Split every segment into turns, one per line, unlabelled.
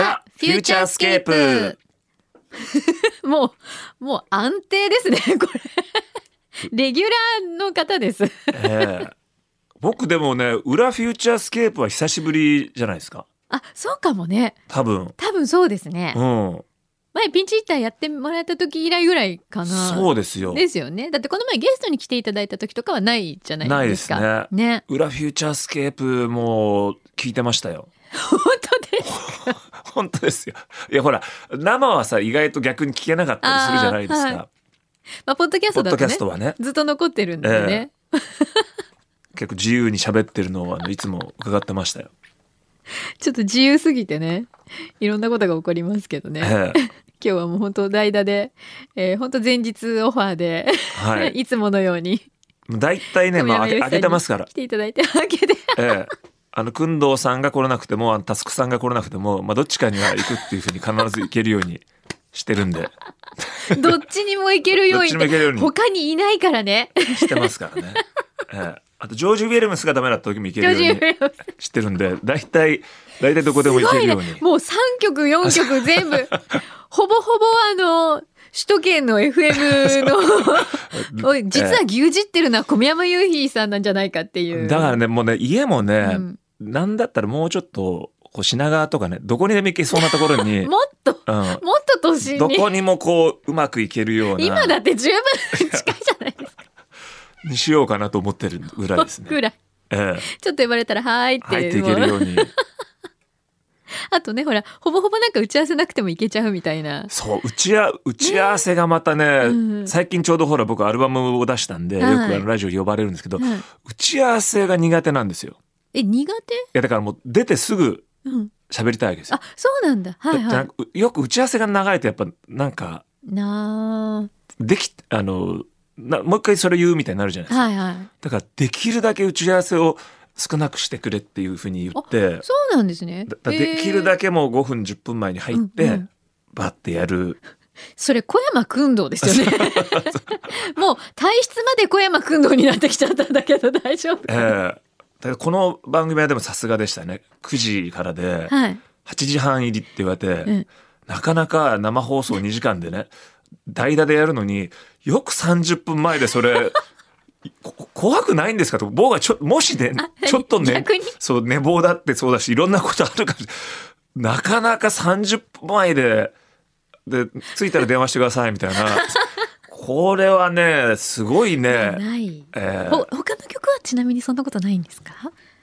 チャースケープ
もう、もう安定ですね、これ。レギュラーの方です。
ええ僕でもね裏フューチャースケープは久しぶりじゃないですか
あ、そうかもね。
多分
多分そうですね。
うん
前ピンチヒッターやってもらった時以来ぐらいかな。
そうですよ
ですよね。だってこの前ゲストに来ていただいた時とかはないじゃないですか。
ないです
ね。 ね。
裏フューチャースケープも聞いてましたよ
本当です。
本当ですよいやほら生はさ意外と逆に聞けなかったりするじゃないです
あー
か、
まあ、ポッドキャスト
ポッ
だ
ドキ
と
ャ
ね
ス。トはね
ずっと残ってるんですよね。
結構自由に喋ってるのはあのいつも伺ってましたよ、
ちょっと自由すぎてね。いろんなことが起こりますけどね。
ええ
今日はもう本当代打で、えー、本当前日オファーで、
はい
いつものように
大体ね、まあ、あ
富山由
げ
紀さん
あ
に
げてますから
来ていただいて、あけて。
ええ、あの工藤さんが来れなくてもあのタスクさんが来れなくても、まあ、どっちかには行くっていうふうに必ず行けるようにしてるん で
どっちにも行けるように
どっちにも行けるように
他にいないからね。
してますからね、ええ、あとジョージ・ウィルムスがダメだった時も行ける
巨
よう
人
にしてるんで大体大体どこでも行けるように、
もう3曲4曲全部ほぼほぼあの首都圏の FM のおい実は牛耳ってるのは小宮山雄飛さんなんじゃないかっていう
だからねもうね家もね、
うん
なんだったらもうちょっとこう品川とかねどこにでも行けそうなところに、う ん、
もっともっと都心
ど
に
こにもこううまく行けるよう
今だ
な
って十分近いじゃないですか
にしようかなと思ってるぐらいです
ぐ
ね。
らい
ええ、
ちょっと言われたら「はーい」
入っ
ってて
いける
もう
ように。
あとねほらほぼほぼなんか打ち合わせなくてもいけちゃうみたいな
そう打ちあ打ち合わせがまたね、
うん
最近ちょうどほら僕アルバムを出したんで、
はい
よくあのラジオ呼ばれるんですけど、
はい
打ち合わせが苦手なんですよ。い
え苦
やだからもう出てすぐ
手、うん、
喋りたいわけですよ
あ。そうなんだはい
だじ
は
ゃないくよく打ち合わせが長いとやっぱなんか
な
できあのなもう一回それ言うみたいになるじゃない
あ
ですか。
はいはい
だからできるだけ打ち合わせを少なくしてくれっていうふうに言って。
そうなんですね
だだできるだ
け
けもう5分10分前に入って、
うんうん
バッてやる
それ小山君堂ですよね もう体質まで小山君堂になってきちゃったんだけど大丈夫
ええだからこの番組はでもさすがでしたね9時からで
はい
8時半入りって言われて、
うん
なかなか生放送2時間でね代打でやるのによく30分前でそれこ こ怖くないんですかと僕がちょもしね
あ
ちょっとね
逆に
そう寝坊だってそうだしいろんなことあるからなかなか30分前でで着いたら電話してくださいみた いなこれはねすごいね。
ない、
ええ
ほ他の曲はちなみにそんなことないんですか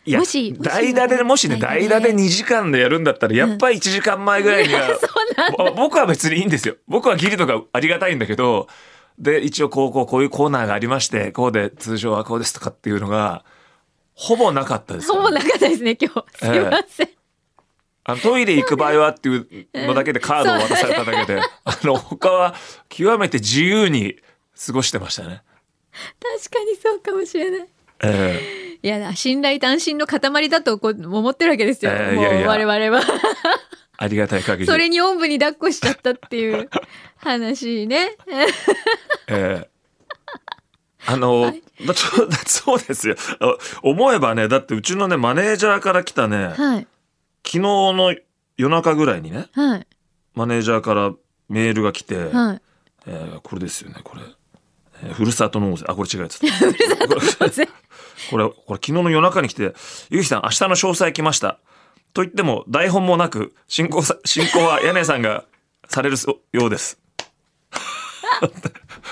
いや
もしもし
代打でもしね代打で2時間でやるんだったらやっぱり1時間前ぐらいには、
そうなん
ぼ僕は別にいいんですよ僕はギリとかありがたいんだけどで一応こうこうこういうコーナーがありましてこうで通常はこうですとかっていうのがほぼなかったです、ね、
ほぼなかったですね今日すいません、
あのトイレ行く場合はっていうのだけでカードを渡されただ けで、あの他は極めて自由に過ごしてましたね。
確かにそうかもしれない
え
いや信頼と安心の塊だとこう思ってるわけですよ、
ええ
も
いやいや
う我々は
えありがたい限り。
それにおんぶに抱っこしちゃったっていう話ね
ええあの、だちょ そうですよ。あ思えばね、だってうちのね、マネージャーから来たね、昨
はい
日の夜中ぐらいにね、
はい
マネージャーからメールが来て、
はい
えーこれですよね、これ。えーふるさと納税。あ、これ違うや つ。これ これ、これ昨日の夜中に来て、ゆうきさん、明日の詳細来ました。と言っても、台本もなく、進行さ、進行は屋根さんがされるそうようです。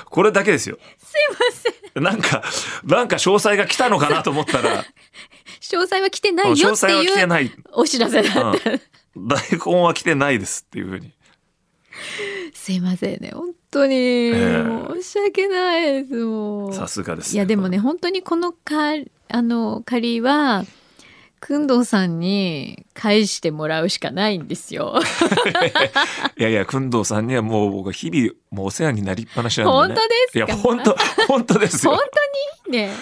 これだけですよ。
すいません
なんか、なんか詳細が来たのかなと思っ たら、
詳細は来てな
詳
いよって
細は来
い
て
う
ない。
お知らせだった、
うん台本は来てないですっていうふうに。
すいませんね本当に、
え
申し訳ないですもう
さすがです、
いやでもね。本当にこのかあの借りはくんどうさんに返してもらうしかないんですよ。
いやいや、くんどうさんにはもう僕は日々、もうお世話になりっぱなしなん
本
で、
当
ね。
ですか
いや、本当、本当ですよ
本。当にね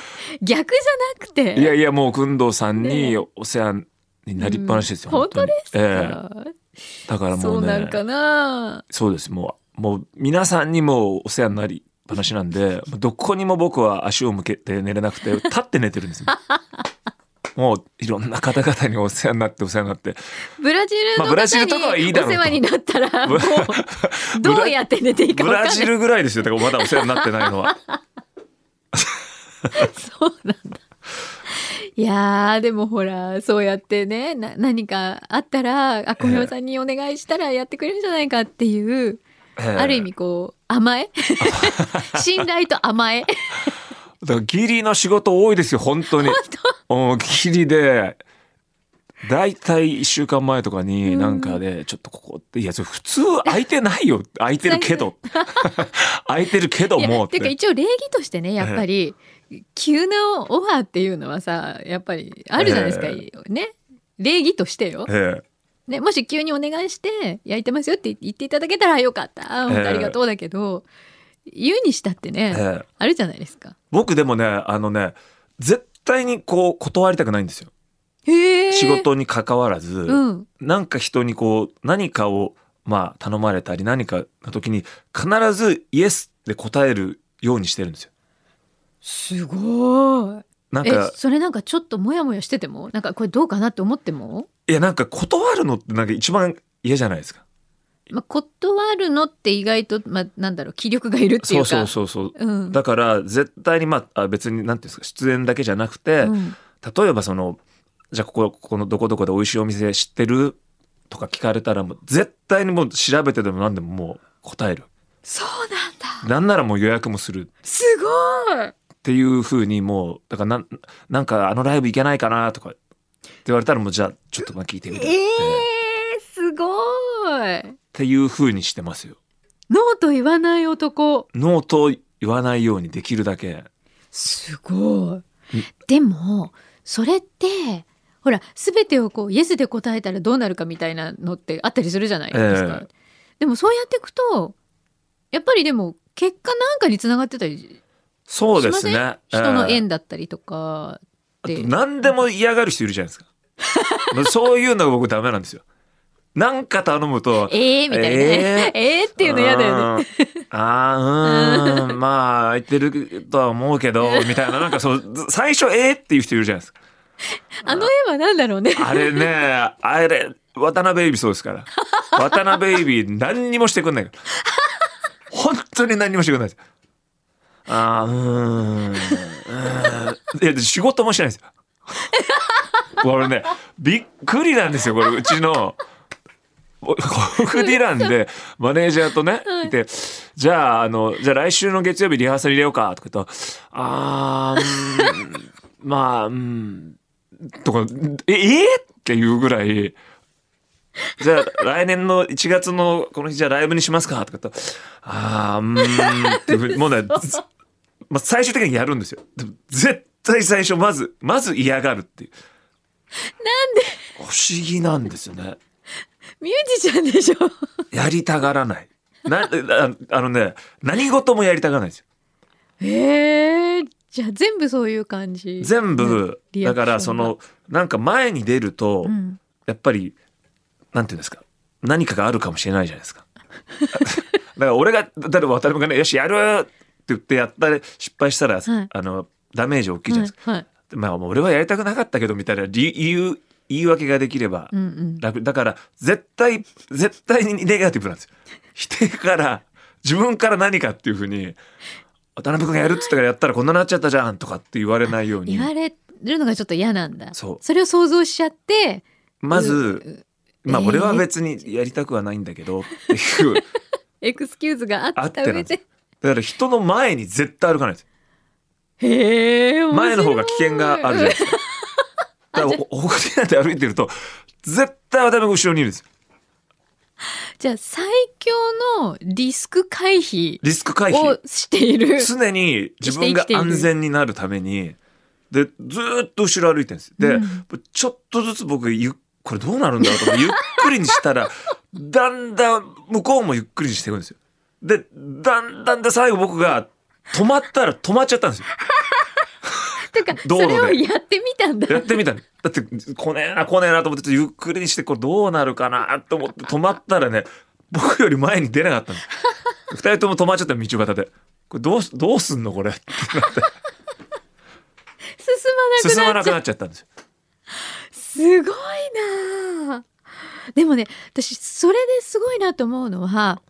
逆じゃなくて
いやいや、もう、くんどうさんに
ね
お世話になりっぱなしですよ。
うん本当
に
ですか、
ええだから
そ
もう
うな
ね
ん、かな
そうです。もう、もう、皆さんにもお世話になりっぱな しなんで、どこにも僕は足を向けて寝れなくて、立って寝てるんですよ。もういろんな方々にお世話になってお世話になって
ブラジル
まあ
の
ブラジルとか
方
はいい
に
だろ
お
うと
世話になったらも
ブラ
うどうやって寝ていいか
ブ
分かん
ラ
ない
ジルぐらいですよだからまだお世話になってない のは
そうなんだ。いやーでもほらそうやってねな何かあったらあ小室さんにお願いしたらやってくれるんじゃないかっていう、
ええ
ある意味こう甘 え信頼と甘え
だからギリの仕事多いですよ本当にうんギリで大体1週間前とかになんかで、ちょっとここっていやそれ普通空いてな いよ空いてるけど空いてるけど
いや
もうってて
いうか一応礼儀としてねやっぱり、急なオファーっていうのはさやっぱりあるじゃないですか、
え
ね礼儀としてよ、
え
ね、もし急にお願いして焼いてますよって言っていただけたらよかった本
ええ
当ありがとうだけど、言うにしたってね
え、ええ
あるじゃないですか。
僕でもねあのね絶対にこう断りたくないんですよ
へー
仕事に関わらず、
うん
なんか人にこう何かをまあ頼まれたり何かの時に必ずイエスで答えるようにしてるんですよ
すごい
なん
え
か
それなんかちょっとモヤモヤしててもなんかこれどうかなって思っても、
いやなんか断るのってなんか一番嫌じゃないですか。
まあ、断るのって意外と、まあ、なんだろう気力がいるっていう
そう
か
そうそうそう。
うん
だから絶対にまああ別になんていうんですか出演だけじゃなくて、
うん
例えばそのじゃあここここのどこどこで美味しいお店知ってるとか聞かれたらもう絶対にもう調べてでも何でももう答える。
そうなんだ
なんならもう予約もする
すごい
っていう風にもうだからなんなんかあのライブ行けないかなとかって言われたらもうじゃあちょっとまあ聞いてみるって,、
えー、すごい
っていう風にしてますよ。
ノーと言わない男
ノーと言わないようにできるだけ。
すごい。でもそれってほら全てをこうイエスで答えたらどうなるかみたいなのってあったりするじゃないですか。
え
でもそうやっていくとやっぱりでも結果なんかにつながってたり
そうです
し
ね。
人の
ええ
縁だったりとかって、
何でも嫌がる人いるじゃない ですかそういうのが僕ダメなんですよなんか頼むと
ええみたいなね、 ええっていうの嫌だよね。
ねあーうーんまあ空いてるとは思うけどみたいななんかそうず最初ええっていう人いるじゃないですか
あの絵はなんだろうね。
あれねあれ渡辺エイビそうですから渡辺エイビ何にもしてくんないから本当に何にもしてくんないですあーうーんうーんいやで仕事もしないですよこれねびっくりなんですよこれうちの僕ディランでマネージャーとね、いてじゃああのじゃあ来週の月曜日リハーサル入れようかとか言ったらあーうーんまあうんとかええっていうぐらいじゃあ来年の1月のこの日じゃあライブにしますかとか言ったらあーうーんっ ていうふうにもうねまあ、最終的にやるんですよ。でも絶対最初まずまず嫌がるっていう。なんで？不思議なんですよね。
ミュージシャンでしょ。
やりたがらない。なああのね何事もやりたがらないんですよ。
ええじゃあ全部そういう感じ。
全部
リアクションが
だからそのなんか前に出ると、
うん
やっぱりなんていうんですか何かがあるかもしれないじゃないですか。 だから俺がだって渡辺がねよしやるって言ってやったら失敗したら、
はい
あのダメージ大きいじゃないですか。
はいはい
まあ、もう俺はやりたくなかったけどみたいな理理由言い訳ができれば
うんうん。
楽、だから絶対絶対にネガティブなんですよ否定から自分から何かっていうふうに渡辺君がやるっつったからやったらこんななっちゃったじゃんとかって言われないように
言われるのがちょっと嫌なんだ
そう
れを想像しちゃって
ま
う
ず、
う
まあ、
えー
俺は別にやりたくはないんだけどっていう
エクスキューズがあ
あ
っ
ったてな
上
んです
で
よだから人の前に絶対歩かないです
へえ
前の方が危険があるじゃないですか。だからお他になんて歩いてると絶対渡辺君後ろにいるんですよ
じゃあ最強のリスク回避
リスク回避
をしている
常に自分が安全になるためにでずーっと後ろ歩いてるんですで、
うん
ちょっとずつ僕ゆっこれどうなるんだろうとかゆっくりにしたらだんだん向こうもゆっくりにしていくんですよでだんだんで最後僕が止まったら止まっちゃったんですよ
とか
道
そ
路で
れをやってみたんだ
やってみたのだって来ねえな来ねえなと思ってちょっとゆっくりにしてこれどうなるかなと思って止まったらね僕より前に出なかったの二人とも止まっちゃったの道端でこれどうすどうすんのこれってなって
進まなく
進
な
ま
っ
な
ち
く
ゃう
なっちゃったんですよ。
すごいなあでもね私それですごいなと思うのは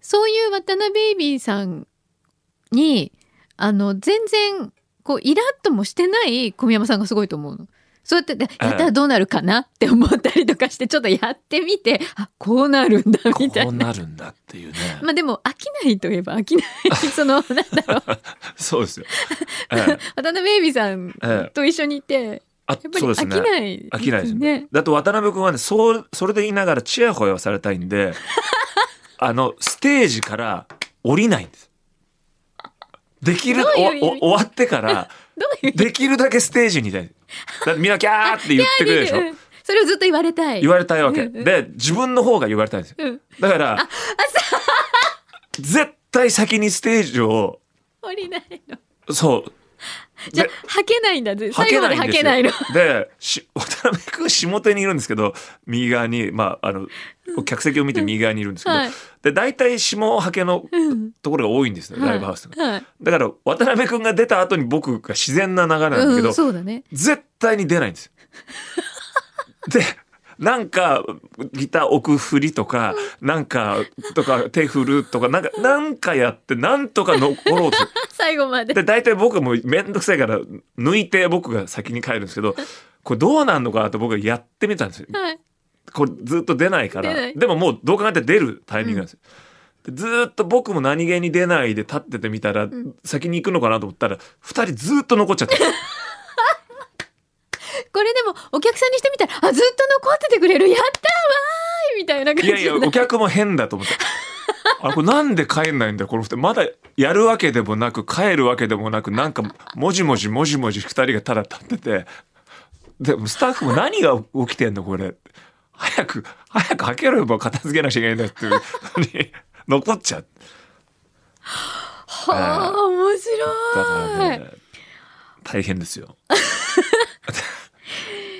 そういう渡辺ベイビーさんにあの全然こうイラッともしてない小宮山さんがすごいと思うの。そうやってで
ええ
やったらどうなるかなって思ったりとかしてちょっとやってみてあこうなるんだみたい
こう
な。
なるんだっていうね。
まあでも飽きないといえば飽きない そのなんだろう
そう ですよ。ええ
渡辺ベイビーさん
ええ
と一緒にいて
あ
やっぱり
そう
飽
です
き
ね。
ないですね。
飽きないですね。だと渡辺君はね、そう、それで言いながらチヤホヤをされたいん で、あの、ステージから降りないんです。できる、
どういう意味
おお終わってから、
どういう
できるだけステージに出る。だってみんなキャーって言ってくれるでしょ
うん それをずっと言われたい。
言われたいわけ。
うんうん
で、自分の方が言われたいんですよ。
うん
だから、絶対先にステージを、
降りないの。
そう。
じゃあ
で
吐けないんだぜ。
は
最
け
後ま
な
で
いん
吐
です
け
よ
ないの。
でし渡辺君下手にいるんですけど右側にまああの客席を見て右側にいるんですけど、
はい
で大体下はけの
うん
ところが多いんですよ、
はい
ライブハウスとか
はい。
だから渡辺君が出た後に僕が自然な流れなんだけど、
うん、そうだね。
絶対に出ないんですよ。でなんかギター置く振りとか、なんかとか手振るとかなんかなんかやってなんとか残ろうと
最後まで。
で大体僕も面倒くさいから抜いて僕が先に帰るんですけどこれどうなんのかなと僕がやってみたんですよ
はい。
これずっと出ないから
出ない
でももうどう考えても出るタイミングなんですよ、でずーっと僕も何気に出ないで立っててみたら、
ん
先に行くのかなと思ったら2人ずーっと残っちゃって
これでもお客さんにしてみたら、あ、ずっと残っててくれる。やったーわーいみたいな感
い
じ
やいやお客も変だと思って あれこれなんで帰んないんだよこの2人まだやるわけでもなく帰るわけでもなくなんかもじもじもじもじ2人がただ立っててでもスタッフも何が起きてんのこれ早く早くはけろよもう片付けなきゃいけないんだっていう のに残っちゃう
はあ、面
だから
白い。
ね大変ですよ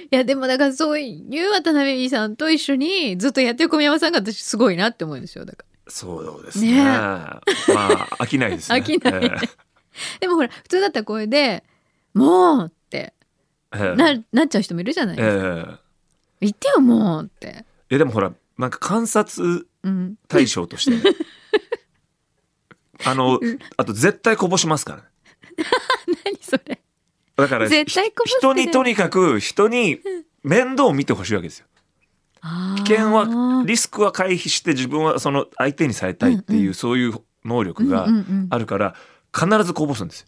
いや、でもだからそういう渡辺美さんと一緒にずっとやってる小宮山さんが私すごいなって思うんですよ。だか
そうですね
ねえ
まあ飽きないですね
飽きない
え
ら。でもほら、普通だったらこれで、もうって
えええ
ななっちゃう人もいるじゃない
え
ですか。
え
言ってよ、もうって。
えでもほらなんか観察
うん。
大将としてね、 あの
うん
あと絶対こぼしますからね
何それ。
だから
絶対こぼして
人
る
にとにかく人に面倒を見てほしいわけですよ危
危
険はリスクは回避して自分はその相手にされたいっていう、
うんう
そういう能力が
うんうんうん
あるから必ずこぼすんですよ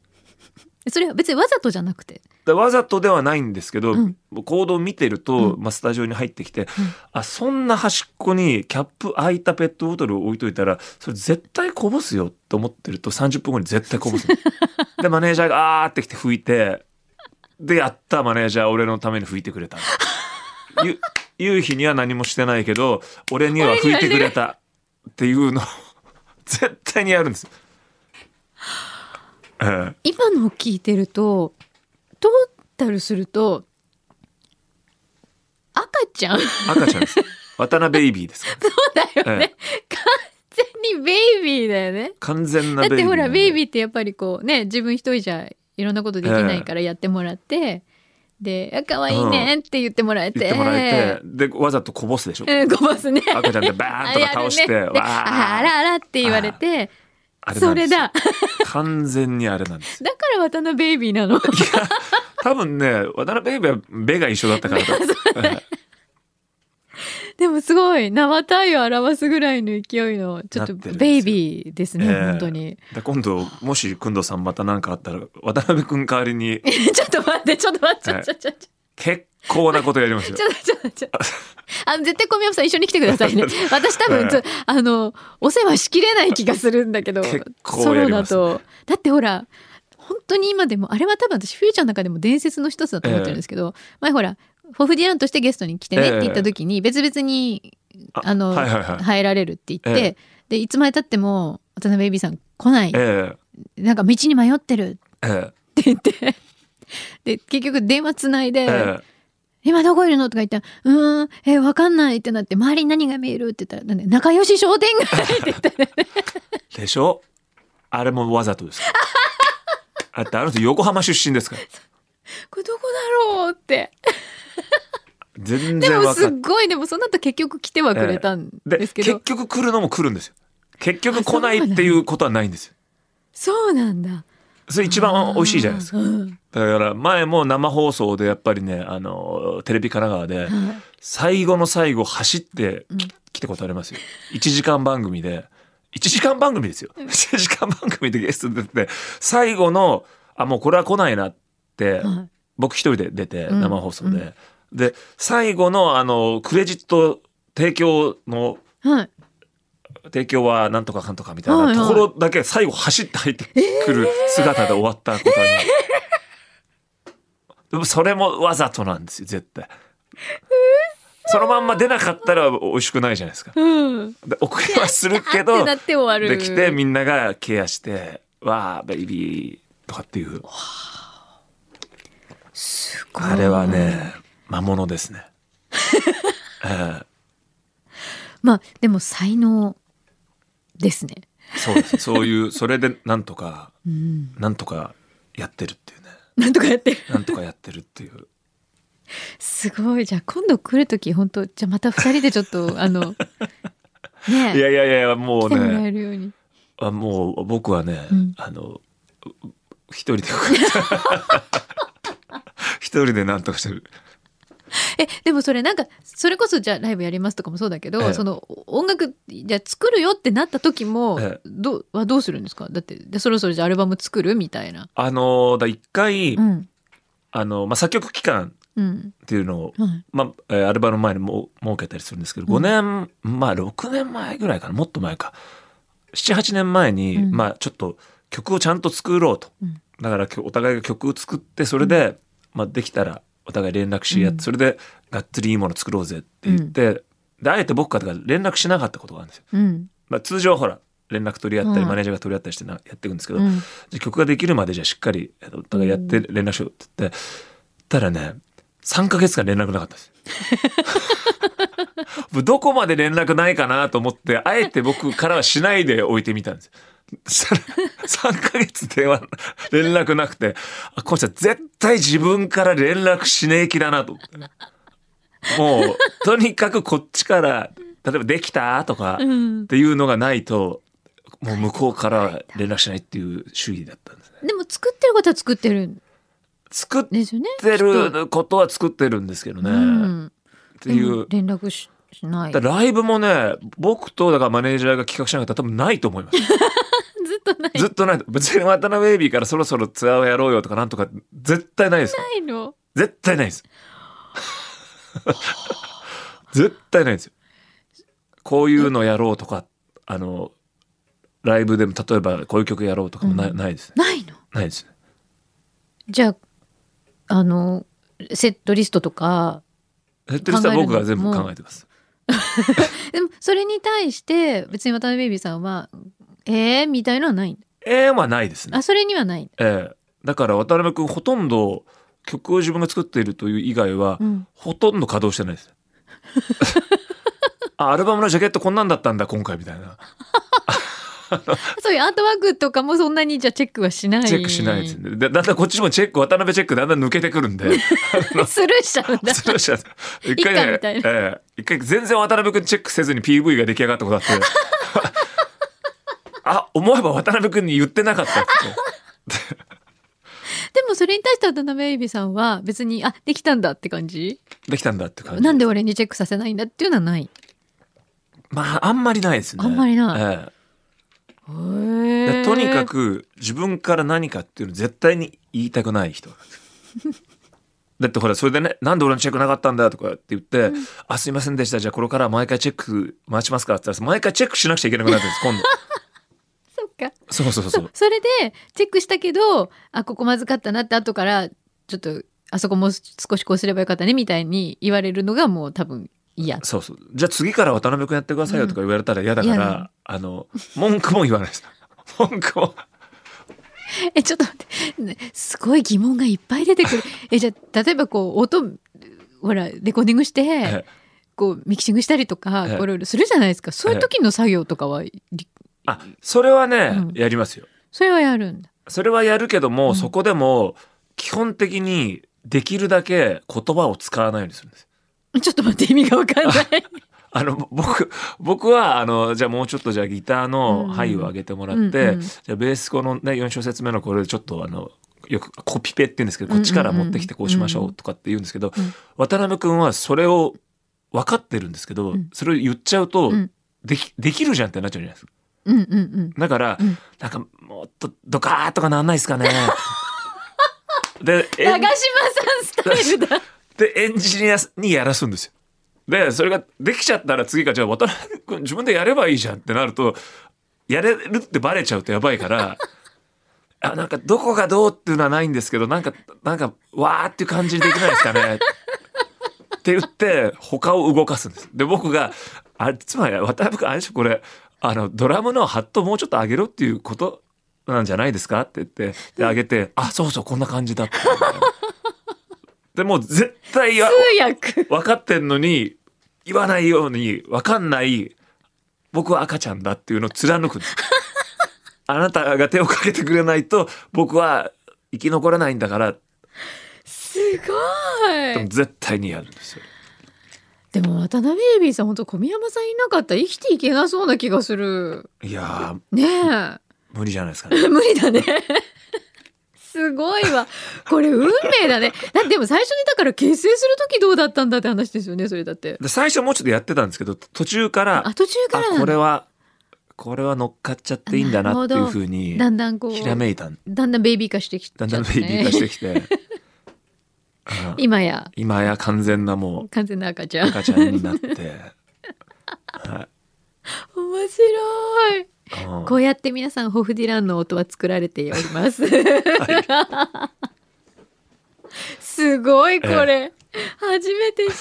それは別にわざとじゃなくて。
だからわざとではないんですけど、
うん
行動を見てると、
う
まあ、スタジオに入ってきて、あそんな端っこにキャップ開いたペットボトルを置いといたらそれ絶対こぼすよと思ってると30分後に絶対こ ぼすのでマネージャーがあーってきて拭いてでやったマネージャー俺のために拭いて くれたゆ夕日には何もしてないけど俺には拭いてくれたっていうのを絶対にやるんですよ。ええ
今のを聞いてると、トータルすると、赤ちゃんそ
赤ちゃんです渡辺ベイビーですから
うだよね。完全にベイビーだよね。
完全な
だっ
ベイビー
てほら、ベイ
ー
ビーってやっぱりこうね、自分一人じゃいろんなことできないからやってもらって、で、あ、可愛いねって言ってもらえて。
言ってもらえてでわざとこぼすでしょ
うん、ごますね。
赤ちゃんでバーンとか倒して、
あれやるねで
わー
ああらあらって言われて、
あなんです
それだ。だ か
完全にあれなんです
ら渡辺ベイビー なの。
多分ね渡辺ベイビーは目が一緒だったからだ
でもすごい生体を表すぐらいの勢いのちょっと
なってるんですよ
ベイビーですね
ええ
本当に
で今度もし工藤さんまた何かあったら渡辺君代わりに
ちょっと待ってちょっと待ってちょ
はい
っとちょっと
結構なことやりますよ
ちょっとちょっとちょっ とあの絶対小宮山さん一緒に来てくださいね 私多分ちょあのお世話しきれない気がするんだけど
結構
ソ
や
ロ
り
だ
ますね
とだってほら本当に今でもあれは多分私フューチャーの中でも伝説の一つだと思ってるんですけど、前ほらフォフディランとしてゲストに来てねって言った時に別々に
あ
あの、
はいはいはい
入られるって言って、
え
でいつまでたっても渡辺ベイビーさん来ない
え
なんか道に迷ってる
ええ
って言ってで結局電話つないで「
ええ
今どこいるの?」とか言ったら「うーんえわかんない」ってなって「周りに何が見える?」って言ったら「なんで仲良し商店街」 って言ったら
えでしょあれもわざとですだってあの人横浜出身ですから
「これどこだろう?」って
全
で
然
も
わ
す
か
っ
ん
ごいでもその後結局来てはくれたん
で
ですけど、
結局来るのも来るんですよ結局来ないっていうことはないんですよ
そうなんだ
それ一番美味しいじゃないですか
か、うん
だから前も生放送でやっぱりねあのテレビ神奈川で
はい
最後の最後走って
うん
来たことありますよ1時間番組で1時間番組ですよ1時間番組でゲスト出て最後のあもうこれは来ないなって
はい
僕一人で出て
うん
生放送で、で最後のあのクレジット提供の
はい
提供はなんとかかんとかみたい
は
ない
は
と
い
ころだけ最後走って入ってくる姿で終わったことありますでもそれもわざとなんですよ絶対そのまんま出なかったら美味しくないじゃないですか
うん
で送りはするけ
って
ど
なって終わる
できてみんながケアして「わあベイビー」とかっていう
すごい
あれはね魔物ですね、ええ
まあでも才能ですね、
そう ですそういうそれでなんとか
うん、
なんとかやってるっていうね
なんとかやってる
なんとかやってるっていう
すごいじゃあ今度来る時本当じゃあまた二人でちょっとあ の ね
いやいやいやも
来
う
てもらえ
ね
るように
あもう僕はね、
うん
あのう一人でよかった 一人でなんとかしてる
えでもそれなんかそれこそじゃあライブやりますとかもそうだけど、
ええ
その音楽じゃあ作るよってなった時も、
ええ
どうはどうするんですかだってでそろそろじゃあアルバム作るみたいな。
あのだ一回、
うん
あの、まあ、作曲期間
うん
っていうのを
はい
まあ、えーアルバムの前にも設けたりするんですけど
うん
5年、まあ6年前ぐらいかなもっと前か78年前に、
うん
まあちょっと曲をちゃんと作ろうと、
うん
だからきょお互いが曲を作ってそれで、まあ、できたらお互い連絡し合って、
うん
それでがっつりいいもの作ろうぜって言って、であえて僕から連絡しなかったことがあるんですよ、
うん
まあ、通常はほら連絡取り合ったり、
うん
マネージャーが取り合ったりしてなやっていくんですけど、
うん
じゃあ曲ができるまでじゃあしっかりえっとお互いやって連絡しようって言って、たらね3ヶ月間連絡なか ったですもうどこまで連絡ないかなと思ってあえて僕からはしないで置いてみたんです そしたら3ヶ月電話連絡なくてあこの人は絶対自分から連絡しねえ気だなと思ってもうとにかくこっちから例えば「できた?」とか、
うん
っていうのがないともう向こうから連絡しないっていう主義だったんですね
でも作ってることは作ってるん
作っ
ですよね。
て
きっと
ることは作ってるんですけどね、
う
っ
ん、って
いう
連絡ししない
だ
ず
からライブもね僕とだからマネージャーが企画しなかったら多分ないと思います
っとない
ずっとないと別に渡辺ベイビーからそろそろツアーをやろうよとかなんとか絶対ないです
ないの
絶対ないです絶対ないですよこういうのやろうとかあのライブでも例えばこういう曲やろうとかもな,、い
うん
ないですね
ないの
ないですね
じゃああのセットリストとか
ヘッドリストは僕が全部考えてます。
でもそれに対して別に渡辺ベイビーさんは「えー?」みたいのはないんだ
ええはないですね
あ。それにはないんだ、
ええだから渡辺君ほとんど曲を自分が作っているという以外は、
うん、
ほとんど稼働してな いです。あアルバムのジャケットこんなんだったんだ今回みたいな
そういうアートワークとかもそんなにじゃあチェックはしない
チェックしないですね、でだんだんこっちもチェック渡辺チェックだんだん抜けてくる んで
スルーしちゃうんだ
そうした 一
一
回
家
ね
みたいな
ええ一回全然渡辺君チェックせずに PV が出来上がったことあって あ思えば渡辺君に言ってなかったって
でもそれに対して渡辺ベイビーさんは別に「あできたんだ」って感じ
できたんだって感じ
なんで俺にチェックさせないんだっていうのはない
まああんまりないですね。
あんまりない
え
へ
え
ー
でとにかく自分から何かっていうの絶対に言いたくな い人なんです。だってほらそれでね「なんで俺のチェックなかったんだ」とかって言って「あすいませんでしたじゃあこれからは毎回チェック回しますから」って言ったら毎回チェックしなくちゃいけなくなるんです今度
そっか
そうそうそ
そううそれでチェックしたけどあここまずかったなって後からちょっとあそこもう少しこうすればよかったねみたいに言われるのがもう多分嫌
そうそうじゃあ次から渡辺君やってくださいよとか言われたら嫌だか
嫌
ら、
な
あの文句も言わないです文句も
えちょっと待ってねすごい疑問がいっぱい出てくるえじゃあ例えばこう音ほらレコーディングして、
ええ
こうミキシングしたりとか、
ええ
これするじゃないですかそういう時の作業とかは、り
あそれはね、
うん
やりますよ
それはやるんだ
それはやるけども、
うん
そこでも基本的にできるだけ言葉を使わないようにするんです。
ちょっと 待って意味がわかんない。
あのぼ僕僕はあのじゃあもうちょっとじゃあギターの範囲を上げてもらって、
うんうんうん
じゃあベースこのね4小節目のこれでちょっとあのよくコピペって言うんですけどこっちから持ってきてこうしましょうとかって言うんですけど、
うん
渡辺君はそれを分かってるんですけど、
うん
それを言っちゃうと、
うん
できできるじゃんってなっちゃうじゃないですか。
うんうんうん。
だから、
うん
なんかもっとドカーッとかなんないです かね。でえ
長島さんスタ イルだ。
でエンジニアにやらすんですよ。でそれができちゃったら次からじゃあ渡辺君自分でやればいいじゃんってなるとやれるってバレちゃうとやばいから。あなんかどこがどうっていうのはないんですけどなんかなんかわーっていう感じにできないですかねって言って他を動かすんです。で僕があつまり渡辺君あれでしょこれあのドラムのハットもうちょっと上げろっていうことなんじゃないですかって言ってで上げてあそうそうこんな感じだって。でもう絶対や
通訳。
分かってんのに言わないように分かんない僕は赤ちゃんだっていうのを貫くんです あなたが手をかけてくれないと僕は生き残らないんだから
すご
で
い
も。絶対にやるんですよ
でも渡辺エイビーさん本当小宮山さんいなかったら生きていけなそうな気がする。
いや
ねえ。
ー無理じゃないですかね
無理だね。すごいわ。これ運命だね。だってでも最初にだから結成する時どうだったんだって話ですよね。それだって。
で最初もうちょっとやってたんですけど途中から
あ途中からな
あこ
んだ
れはこれは乗っかっちゃっていいんだなっていうふうに
だんだんこう
ひらめいたん
だんだんベイビー化してきて、
だんだんベイビー化して
き
きてうん
今や
今や完全なもう
完全な赤ちゃん。
赤ちゃんになって、 は
面白い。
いうん
こうやって皆さんホフディランの音は作られております。 すごいこれ、初めて知っ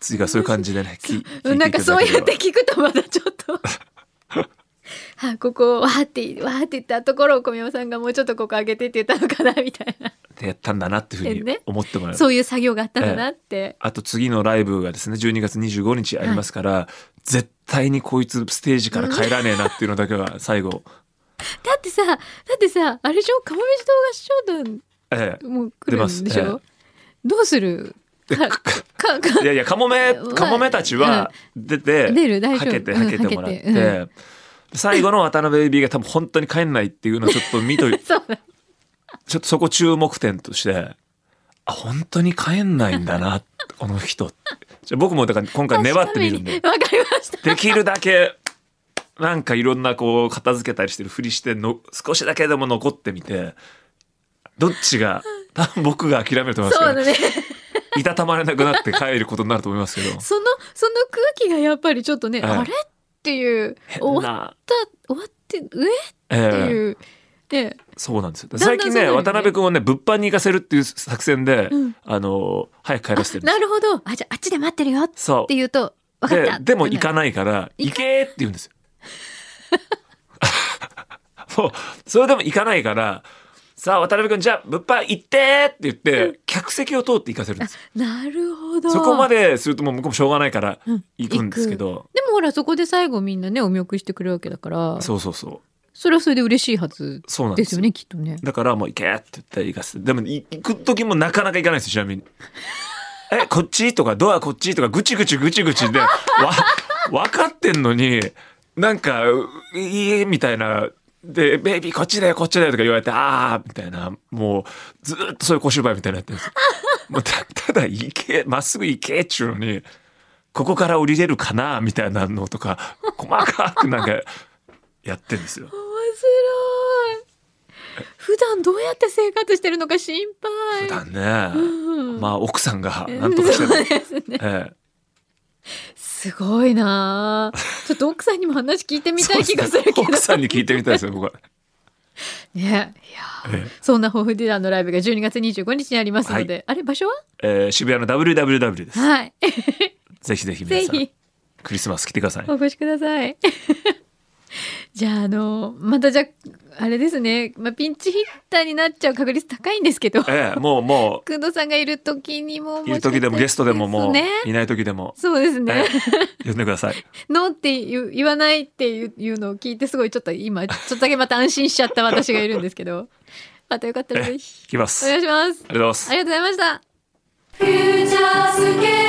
次がそういう感じ でねき聞いていた
た。
だ
なんか
ければ
そうやって聞くとまだちょっ と。あここわーってわーって言ったところを小宮山さんがもうちょっとここ上げてって言ったのかなみたいな
でやったんだなっていうふうに
ね
思ってもらえる、
そういう作業があったんだなって、
あと次のライブがですね12月25日ありますから、絶対にこいつステージから帰らねえなっていうのだけは最後、
だってさだってさあれでしょ釜飯動画師
え
匠団もう来
出
る
ま
ん
す
でしょ、どうする
え、
かかか
いやいやカモメ
うん
カモメたちは出て
出る大丈夫
はけて
うん
はけてもらっ
はけて
て。最後の渡辺ベイビーが多分本当に帰んないっていうのをちょっと見とい
そうだ
ちょっとそこ注目点として、あ、本当に帰んないんだな、この人。じゃあ僕もだから今回粘ってみるんで
確、か にわかりました。
できるだけ、なんかいろんなこう片付けたりしてるふりしての、少しだけでも残ってみて、どっちが、多分僕が諦めると思います
そう
けど、
だね。
いたたまれなくなって帰ることになると思いますけど、
そのその空気がやっぱりちょっとね、
ええ
あれっていう
変
終わっ
な、
た終わって上っ
ええ
ていう、で
そうなんですよ。
んだん
最近
そうな
ね、
るよね
渡辺君をね、物販に行かせるっていう作戦で、
うん
あの、早く帰らせてるんです
なるほどあじゃああっちで待ってるよっ
そう
て。言うと分かった
ででも行か
ない
ないから「
行
行
か
け!」って言うんですよ。 そうそれでも行かないから「さあ渡辺君じゃあ物販行って!」って言って客席を通って行かせるんですよ。
なるほど
そこまでするともう向こうもしょうがないから
うん
行くんですけど、
でもほらそこで最後みんなねお見送りしてくれるわけだからそ
そうそうそう
れはそれで嬉しいはず
そうなん
で
です
す
よ
よねきっとね
だからもう行けって言って行かせてでもい行く時もなかなか行かないんですよちなみに。 えこっちとかドアこっちとかぐちぐちぐちぐちでわ分かってんのになんかう「いい」みたいな。で「ベイビーこっちだよこっちだよ」とか言われて「ああ」みたいなもうずーっとそういう小芝居みたいになってるんですよ。もうたただ行けまっすぐ行けっちゅうのにここから降りれるかなみたいなのとか細かくなんかやってんですよ。
面白い普段どうやって生活してるのか心配
普段ね、
うん
まあ奥さんがなんとかして
そう
る、
ですね
え
すごいなあちょっと奥さんにも話聞いて
え
みたい気がするけど
そうですね奥さんに聞いてみたいですよ僕は、
ねいやあ
え
そんなホフディランのライブが12月25日にありますので、あれ場所は
えええ渋谷の WWW です、
はい
ぜひぜひ皆
ぜ
さん
ひ
クリスマス来てください
お越しくださいじゃああのまたじゃああれですね、まあ、ピンチヒッターになっちゃう確率高いんですけど
ええもうも
くんどさんがいる時にも
ういる時でもゲストでももう
ね
いない時でも、
そうです
え
ね
え呼んでください
ノーって言う言わないっていういうのを聞いてすごいちょっと今ちょっとだけまた安心しちゃった私がいるんですけど またよかったらぜひ
来ます
お
あり
願いします
がとうございます
ありがとうございました